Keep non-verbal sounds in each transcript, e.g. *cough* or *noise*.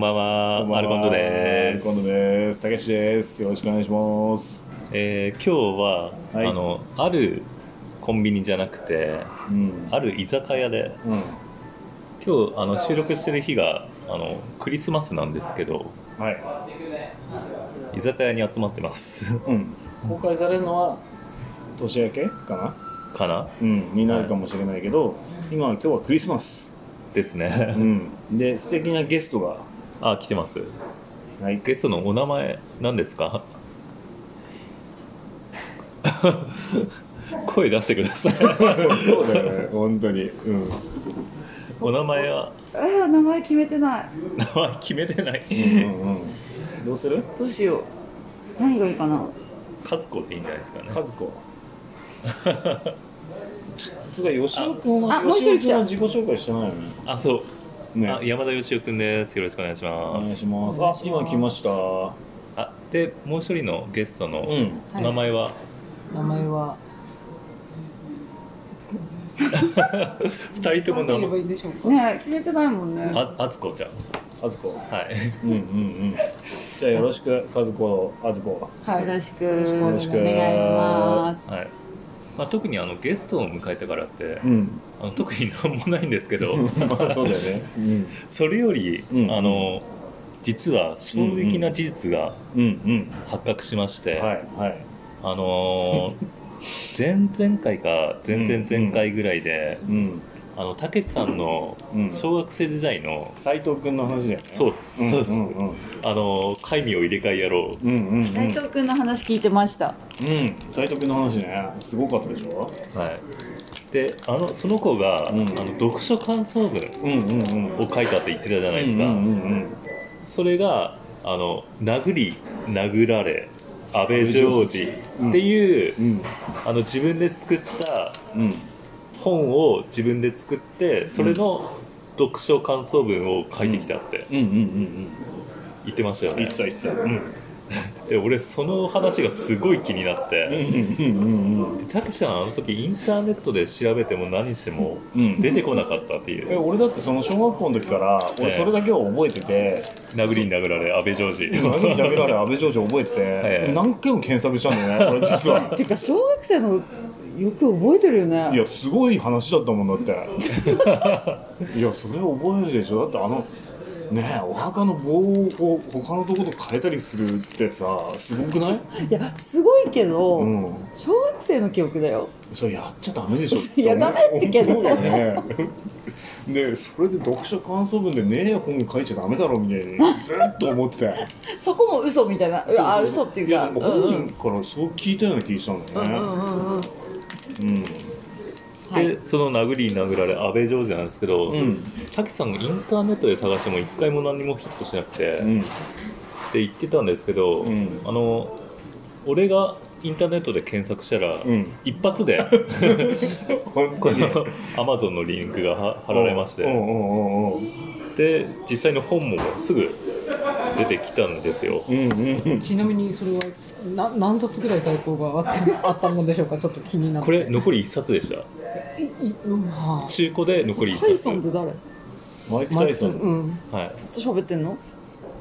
んばんはアルコンドでアルすコンドです。たけしです。よろしくお願いします。えー今日は、はいあのあるコンビニじゃなくてうん。ある居酒屋でうん。今日あの収録してる日があのクリスマスなんですけどは居酒屋に集まってます *laughs* い。うん。公開されるのは年明けかなかなうん。になるかもしれないけど、今今日はクリスマス。ですうねん。で、素敵なゲストが。あ来てますはい。ゲストのお名前何ですか *laughs* 声出してくだ *laughs* さい *laughs* そうだよね。本当に。うん。お名前はああ名前決めてない名前決めてないうんうんうん。どうするどうしよう何がいいかな和子でいいんじゃないですかね和子。つうか、吉尾君あは、もう一吉人尾君は来た自己紹介してないよね。あそうねあ山田義雄君です。よろしくお願いしおま願いす。します。あ、今来ました。あで、もう一人のゲストのうん。お名前は、名前は二人とも名何て言えば前いいんでしょうかねえ決めてないもんねああずこちゃん。あずこ。はい。 *laughs* うんうんうん。じゃあよろしく、和子、あずこ。はいよろしくよろしくお願いしまはい。まあ特にあのゲストを迎えてからって、うん。あの特になんもないんです *laughs* けど、まあそうだよね。うん。それより、うんあの実は衝撃な事実がうん発覚しまして、うん。はいはい。あのー前々回か前々前回ぐらいで、うん。あのたけしさんのうん。小学生時代の、斎藤君の話だよね。そうです、うんそううんです。うん。あの会名を入れ替えやろうんうんうん。す内藤君の話聞いてましたうん。斎藤君の話ね。すごかったでしょう。はい。で、あのその子が、うんあの読書感想文うんうんうん。を書いたって言ってたじゃないですか。うんうんそれがあの殴り殴られ安倍ジョージうんっていう、うん。あの自分で作ったうん。うん。本を自分で作ってそれの読書感想文を書いてきたってうんうんうん言ってましたようん。いねつ。だいつだ。うん。 *laughs* で、俺その話がすごい気になっうんうて。んうんうん。たけしさんあの時インターネットで調べても何してもうん。出てこなかったっていうえ、俺だってその小学校の時から、俺それだけは覚えて *laughs* て、殴りに殴られ安倍ジョージ何に殴られ安倍上司覚えてて、い何回も検索したんだよね、俺実は。てか小学生のよく覚えてるよいねやすごい話だったもんだって *laughs* いやそれ覚えるでしょだってあのねえお墓の棒をこう他のとこと変えたりするってさすごくない、いやすごいけど、うん、小学生の記憶だよそれやっちゃダメでしょ *laughs* いやダメってけど思うよねでそれで読書感想文でねえ本書いちゃダメだろみたいにずっと思っててそこも嘘みたいなうわ *laughs* あ嘘っていうやかでもうんう本ん人からそう聞いたような気したんだようんうねんうんうんうんはい *laughs* でその殴りに殴られ安倍ジョージなんですけど、うんたけしさんがインターネットで探しても一回も何もヒットしなくて、うってん言ってたんですけど、うんあの俺がインターネットで検索したら、うん一 *laughs* 発で本このアマゾンのリンクがは貼られましうてんうんうんうんで実際の本もすぐ出てきたんですようんうんちなみにそれはな何冊ぐらい在庫があったあったもんでしょうかちょっと気になってこれ残り1冊でしたいいうんは中古で残りタイ1冊ソンって誰マイあク・タイソンうんはいと喋ってんの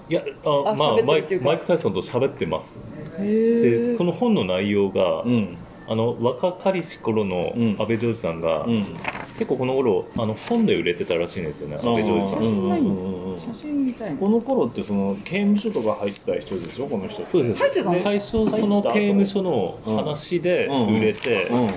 いやああまあ喋ってるマイってクいうかマイク・タイソンと喋ってますへでえこの本の内容が、うんあの若かりし頃のうん安倍ジョージさんが、うん結構この頃あの本で売れてたらしいんですよね安倍ジョージさあんー真ないうんうんうんうん写真みたいなこの頃ってその刑務所とか入ってた人でしょこの人そうです入ってたの最初その刑務所の話で売れて、うんうん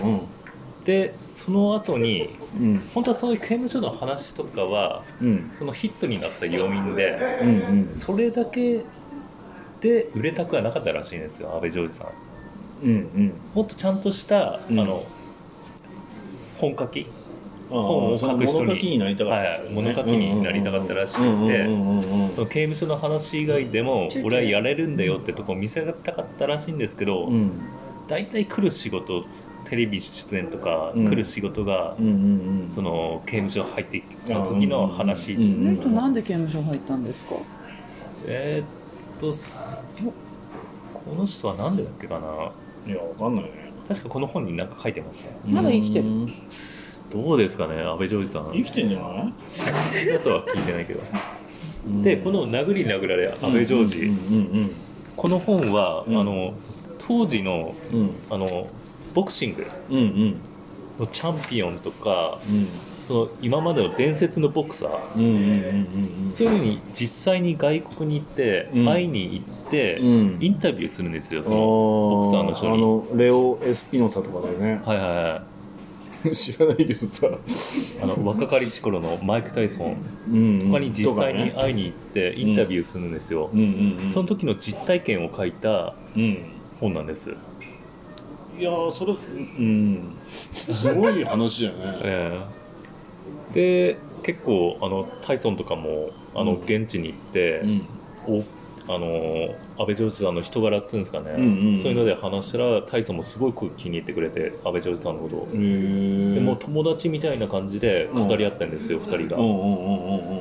でその後にうん本当はそういう刑務所の話とかはうんそのヒットになった要因でうんうんそれだけで売れたくはなかったらしいんですよ安倍ジョージさんうんもっとちゃんとした、うんあの本書き本本をを書書くく人に人に物書きになりたかったはい物書きになりたかったらしくてうんうんうんその刑務所の話以外でも俺はやれるんだよってとこ見せたかったらしいんですけど、うん大体来る仕事テレビ出演とかうん来る仕事が、うんうんうんその刑務所入ってきた時の話、うんうんこの人なんで刑務所入ったんですかえーっとすこの人は何でだっけかないやわかんないね確かこの本に何か書いてましたよまだ生きてるうんどうですかね安倍ジョージさん生きてんじゃないだとは聞いてないけどでこの「殴り殴られ安倍ジョージ」うんこの本は、うんあの当時のうんうんあのボクシングうんうんのチャンピオンとかうんその今までの伝説のボクサーうんうんうんそういうふうに実際に外国に行って、うん会いに行って、うんうんインタビューするんですよそのボクサーの人にあのレオ・エスピノサとかだよ *laughs* ねはいはいはい知らないけどさ *laughs* あの若かりし頃のマイク・タイソンうんとかに実際にとかね会いに行ってインタビューするんですよ、うんうんうんその時の実体験を書いたうん本なんです、いやーそれうんすごい話だよねええで結構あのタイソンとかもあのうん現地に行って、うんおあの安倍ジョージさんの人柄っつうんですかね、うんうんそういうので話したらタイソンもすごい気に入ってくれて安倍ジョージさんのことをへ、ーでもう友達みたいな感じで語り合ってんですよ、二人が、うんうんうんうんうん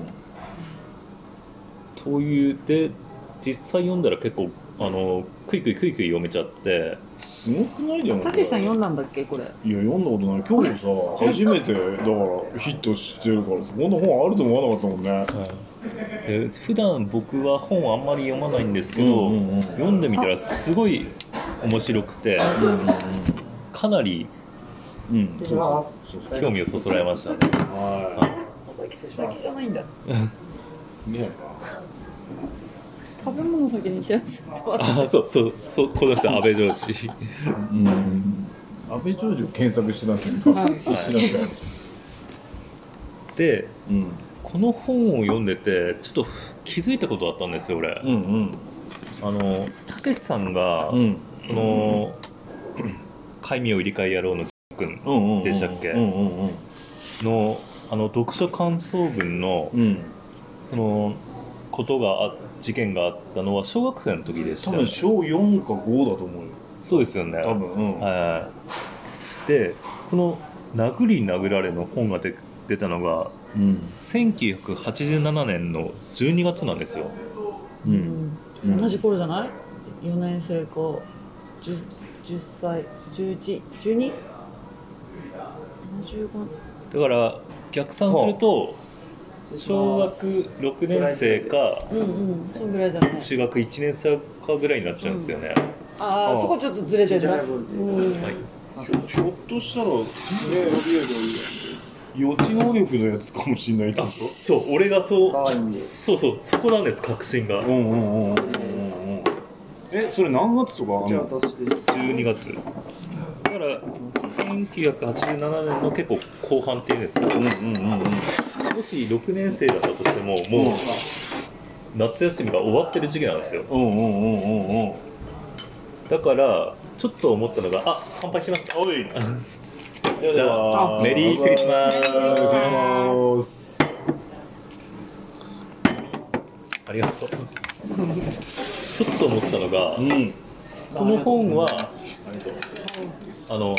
というで実際読んだら結構あのクイクイクイクイ読めちゃってすごくないでもたけしさん読んだだんだっけこれいや読んだことない今日さ初め *laughs* てだからヒットしてるからそんな本あると思わなかったもんねで普段僕は本あんまり読まないんですけど、うんうんうん読んでみたらすごい面白くてうんうんかなりうんうんそうそうそうそう興味をそそられましたねはお酒酒じゃないんだいね食べ物先に来ちゃったあそうそうそうこの人安倍上司うん安倍長寿を検索してたんですけどはい *laughs* 知らなかったでうんこの本を読んでてちょっと気づいたことあったんですよ俺、うんうんあのたけしさんが、うんその *clears throat* 「戒名を入れ替えやろう」の君うんうんうんでしたっけうんうんうんのあの読書感想文のうんそのことがあ事件があったのは小学生の時でした多よね分小4か5だと思うよそうですよね多分うんはいでこの「殴り殴られ」の本が出出たのがうん1987年の12月なんですよううんんうん同じ頃じゃない4年生か 10, 10歳111275だから逆算すると小学6年生かうんうんそんぐらいだね中学1年生かぐらいになっちゃうんですよね、ああああそこちょっとずれてるなちっちゃいうん頃はいひょひょっとしたら予知能力のやつかもしれないけどあそう俺がそう可愛いんでそうそうそこなんです確信がうんうんうんうんうんうんえそれ何月とかあんじゃあの私です12月だから1987年の結構後半っていうんですけどうんうんうんうんもし6年生だったとしてももう夏休みが終わってる時期なんですようんうんうんうんうんだからちょっと思ったのがあ乾杯しますおいじゃあメリークリスマススありがとうちょっと思ったのがうんこの本はあの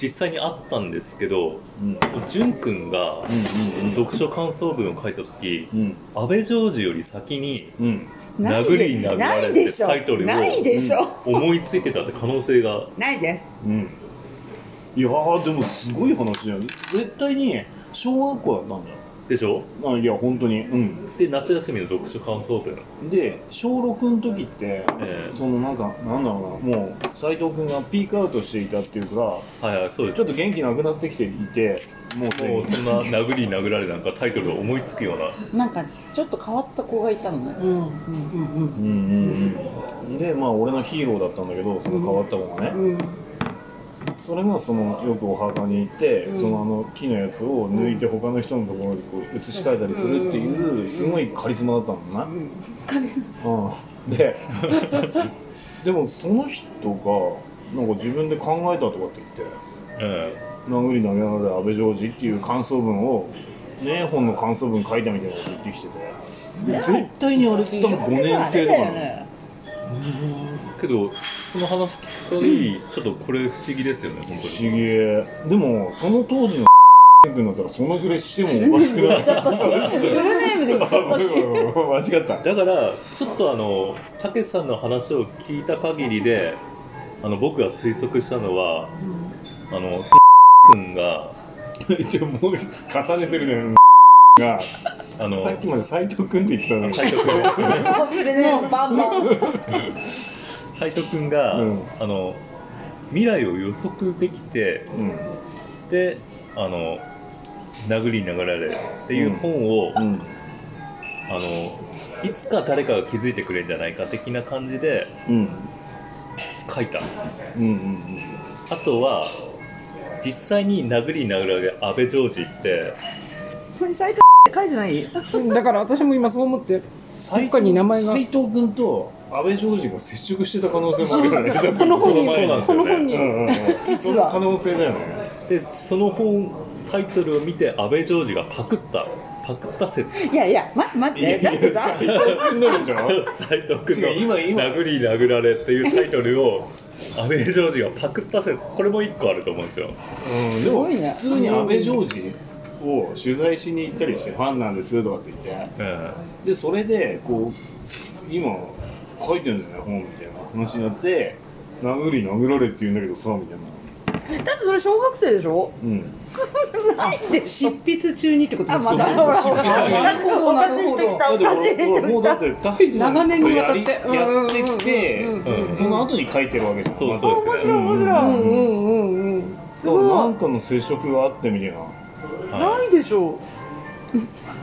実際にあったんですけどうん潤くんがうんうん読書感想文を書いた時うん安倍ジョージより先にうんない殴り殴られなっいてでしょタイトルをないでしょ思いついてたって可能性がないですうんいやーでもすごい話だよ絶対に小学校だったんだよでしょあいや本当にうんで夏休みの読書感想文で小6の時って、ええそのなんかなんだろうなもう斎藤君がピークアウトしていたっていうかはいはいそうですちょっと元気なくなってきていてもうすでもうにそんな殴り殴られなんかタイトルが思いつくようななんかちょっと変わった子がいたのねうんううんうんんうんうんでまあ俺のヒーローだったんだけどその変わったものね、うんそれがそのよくお墓に行って、うんそのあの木のやつを抜いて他の人のところにこう移し替えたりするっていう、うんすごいカリスマだったんだな、カリスうん、ででもその人がなんか自分で考えたとかって言ってうん殴り殴られ安倍ジョージっていう感想文をね本の感想文書いたみたいなこと言ってきててマ絶対にあれ多分5年生とかなのけどその話聞くとりちょっとこれ不思議ですよね本不当思に議でもその当時の君だったらそのぐらいしてもおかしくな言いっちゃったしフルネームで言っち *laughs* ゃったし間違っただからちょっとあのたけしさんの話を聞いた限りであの僕が推測したのはあのその君がでももう重ねてるねがあのさっきまで斎藤君って言ってたのに斎藤君 *laughs* 忘れねえバンバン斉藤君が、うんあの未来を予測できてうんであの殴りながられっていう本を、うあんのいつか誰かが気づいてくれるんじゃないか的な感じでうん書いたうんうんあとは実際に殴り殴られ安倍ジョージってこれサイト書いてないうんだから私も今そう思って斎他に名前が斎藤君と安倍ジョージが接触してた可能性もあるよねこの本にそうなんですこよねの本うに、んうんうん実そはの可能性だよねでその本タイトルを見て安倍ジョージがパクったパクった説いやいや待って待ってだってさいやいや斎藤君のでしょ斎藤君の違う今今殴り殴られっていうタイトルを安倍ジョージがパクった説これも一個あると思うんですようん、ですもごいね普通に安倍ジョージを取材しに行ったりしてファンなんですとかって言ってうんでそれでこう今書いてるんじゃない本みたいな話になって殴り殴られって言うんだけどさみたいなだってそれ小学生でしょうんないでし執ょ筆中にってことあでますよたねほらほらなるほどおかしい人来たおかしだいって人俺もう来だったて大事長年にわたってやりやってきてうんうんうんうんその後に書いてるわけじゃんそうまずそう面です白い面うん白いうんうんうんすそうなごんかの接触があってみたいないうないでしょ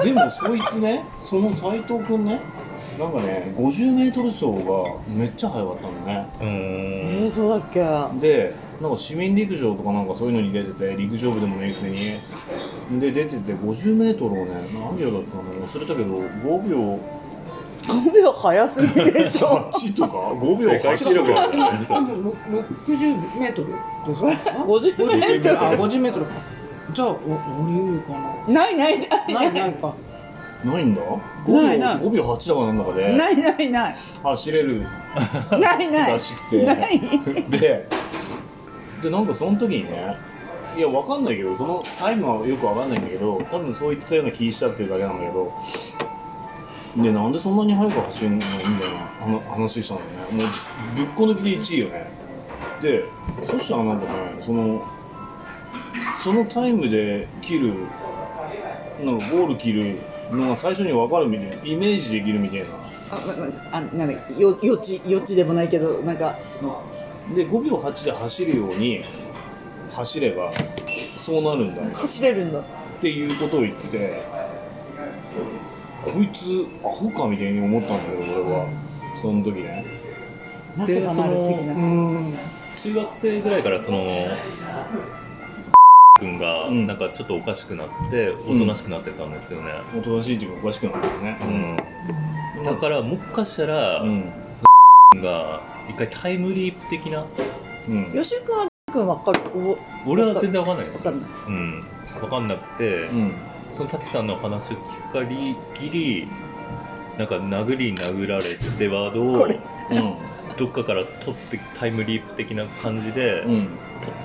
でもそいつねその斎藤君ねなんかね 50m 走がめっちゃ速かったのねんうんえー、そうだっけでなんか市民陸上とかなんかそういうのに出てて陸上部でもねえくせにで出てて 50m をね何秒だったの忘れたけど5秒5秒早すぎでしょ8とか5秒世界記8録とだかよ今、ね今も60メートルですか50メートあ、50メートルかじゃあ、お降りるかルないないないなない、ないかないんだないない5秒 ,5 秒8だかなんだかでないないない走れるないならいしくてない *laughs* ででなんかその時にねいやわかんないけどそのタイムはよくわかんないんだけど多分そう言ってたような気したっていうだけなんだけどでなんでそんなに速く走るのみたいな話話したのねもうぶっこ抜きで1位よねでそしたらなんかねそのそのタイムで切るなんかゴール切るのが最初に分かるみたいなイメージできるみたいなあああなんだよ予知予知でもないけどなんかそので5秒8で走るように走ればそうなるんだよ走れるんだっていうことを言っててこいつアホかみたいに思ったんだけど俺はその時ねなぜかなる的うなーん中学生ぐらいからその君がうんなんかちょっとおかしくなっておんとなしくなってたんですよね、おとなしいっていうかおかしくなったよねうんだらからもしかしたら、うん君が一回タイムリープ的なうん吉川君わかるお俺は全然わかんないでわすかんないうん、わかんなくて、うんその滝さんの話を聞くかりぎりなんか殴り殴られってワードこをれうんどっかから取ってタイムリープ的な感じで、うん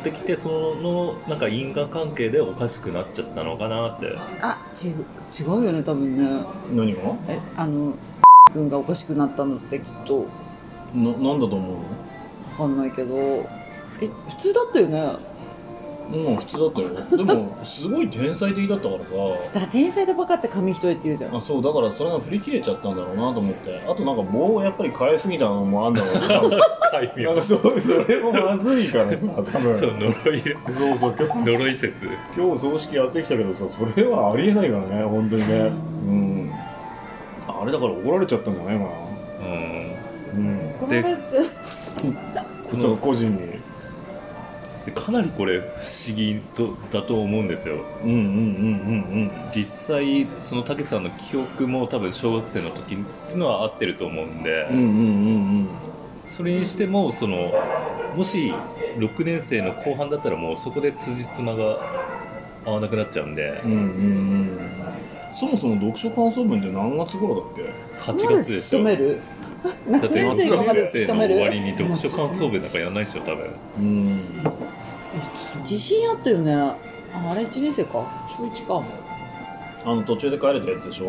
取ってきてそのなんか因果関係でおかしくなっちゃったのかなってあち違うよね多分ね何がなえあの君がおかしくなったのってきっとわなんだと思かんないけどえ普通だったよねうのうん普通だったよでもすごい天才的だったからさだから天才でバカって紙一重って言うじゃんあそうだからそれが振り切れちゃったんだろうなと思ってあとなんか棒をやっぱり変えすぎたのもあんだろうな解なん明かそうそれもまずいからさ多分そう呪いそうそう今日呪い説今日葬式やってきたけどさそれはありえないからね本当にねうんあれだから怒られちゃったんじゃないかなうんうんこれでてこのそう個人にでかなりこれ不思議とだと思うんですようんうんうん実際その武さんの記憶も多分小学生の時っていうのは合ってると思うんで、うんうんうんうんそれにしてもそのもし6年生の後半だったらもうそこで辻褄が合わなくなっちゃうんでうんうんうんうんそもそも読書感想文って何月頃だっけ8月でしょ勤めだる何って6年生がまで年生の勤め終わりるに読書感想文なんかやらないでしょ多分うん自信あったよねああれ1年生か小1かあの途中で帰れたやつでしょ、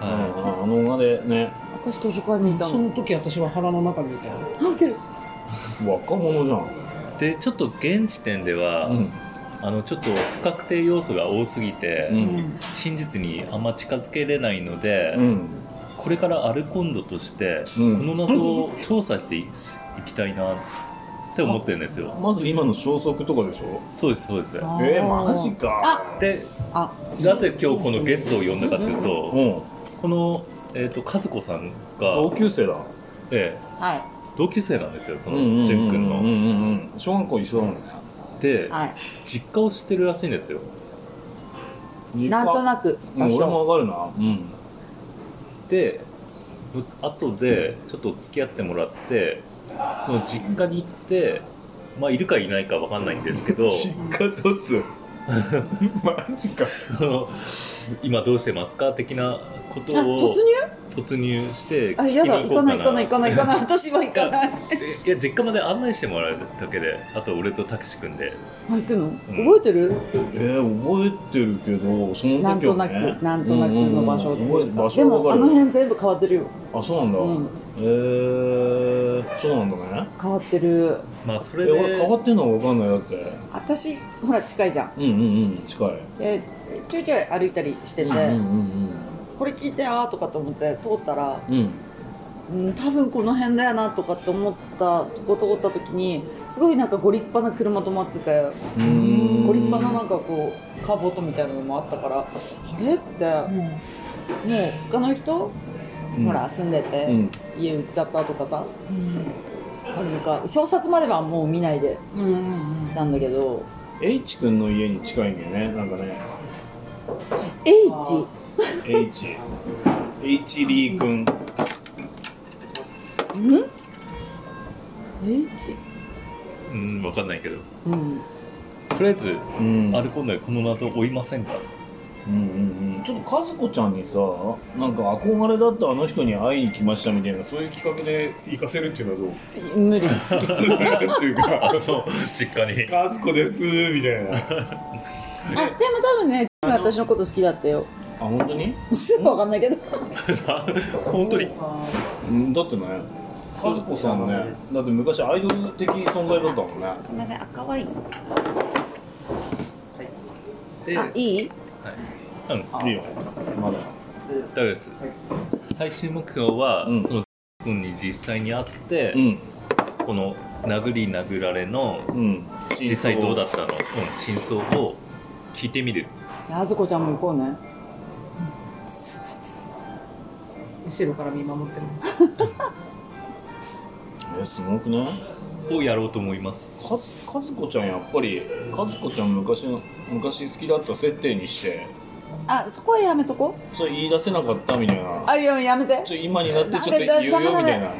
あはああの馬でね私図書館にいたそのの時私は腹の中にいたよあウケる若者じゃんいでちょっと現時点では、うんあのちょっと不確定要素が多すぎて、うん真実にあんま近づけれないので、うんこれからアルコンドとして、うんこの謎を調査していいきたいなって思ってるんですよ。まず今の消息とかでしょそうですそうですあえー、マジかであなぜ今日このゲストを呼んだかっていうと、うんこの、えー、と和子さん同が、級生だえはいえ同級生なんですよそうんうんうんうのん淳う君んの。うんうん小学校一緒だもんねではい実家を知ってるらしいんですよ。実家なんとなくうん俺もわかるなうんで後でちょっと付き合ってもらってその実家に行ってまあいるかいないかわかんないんですけど家突マジかその *laughs* 今どうしてますか的なことあを突入突入してあ聞きやだに行行こかうないか行かない行かない行かないな。私は行か *laughs* ないいや実家まで案内してもらうだけであと俺とたけし君であ行くの覚えてるえー、覚えてるけどその時は、ね、なんとなくなんとなくの場所ってうんうんういん覚うえ場か所ではもわかあるの辺全部変わってるよあそうなんだ、うんえー、そうなんだね変わってるまあそえれで俺変わってんのはわかんないだって私ほら近いじゃんうんうんうん近いでちょいちょい歩いたりしてて、うんうんこれ聞いてああとかと思って通ったら、うんうんうん、多分この辺だよなとかって思ったとこ通った時にすごいなんかご立派な車止まっててうーんご立派ななんかこうカーボットみたいなのもあったからあれってうんもう他の人、うんほら住んでて、うん家売っちゃったとかさあるのか表札まではもう見ないでうんうんしたんだけど H 君の家に近いんだよねなんかね H H H リー君うん H うんわかんないけどうんとりあえずうんアルコンドでこの謎を追いませんか *laughs* うんうんうんちょっと和子ちゃんにさなんか憧れだったあの人に会いに来ましたみたいなそういう企画で行かせるっていうのは無理どうっていうあかの実家 *laughs* に和子ですみたいなあでも多分ね私のこと好きだったよあ本当にすぐ分かんないけど本当にうんだってね和子さんねだって昔アイドル的存在だったもんねすみません赤ワインであいいうんいいよまだ大丈夫です最終目標は、うんその君に実際に会って、うんこの殴り殴られのうん実際どうだったの、うん、真相を聞いてみるじゃああずこちゃんも行こうね後ろから見守ってるえすごくないをやろうと思いますか和子ちゃんやっぱり和子ちゃん昔の昔好きだった設定にしてあそこはやめとこそれ言い出せなかったみたいなあいややめてちょ今になってちょっと言うよみたいな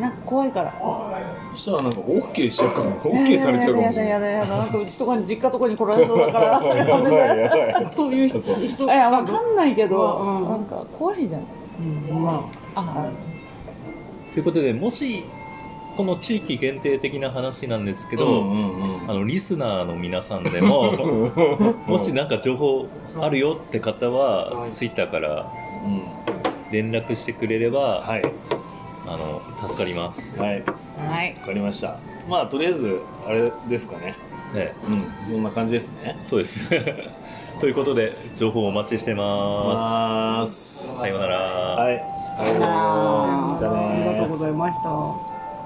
なんか怖いからそしたらなんか OK しちゃうかも OK されちゃうかもしれやないだやだやだやだなんかうちとかに実家とかに来られそうだか *laughs* らやばいやめてやばい *laughs* そういう人人いやわかんないけど、うんなんか怖いじゃんうんまあということでもしこの地域限定的な話なんですけけど、ど、うんうんあのリスナーの皆さん *laughs* でももしなんか情報あるよって方は、ツイッターからうん、連絡してくれれば、はいあの助かります、はいわあはいかりましたまあとりあえずあれですかねね、うんそんな感じですねそうです *laughs* ということで情報お待ちしてまますすさようならはいあじゃあねありがとうございました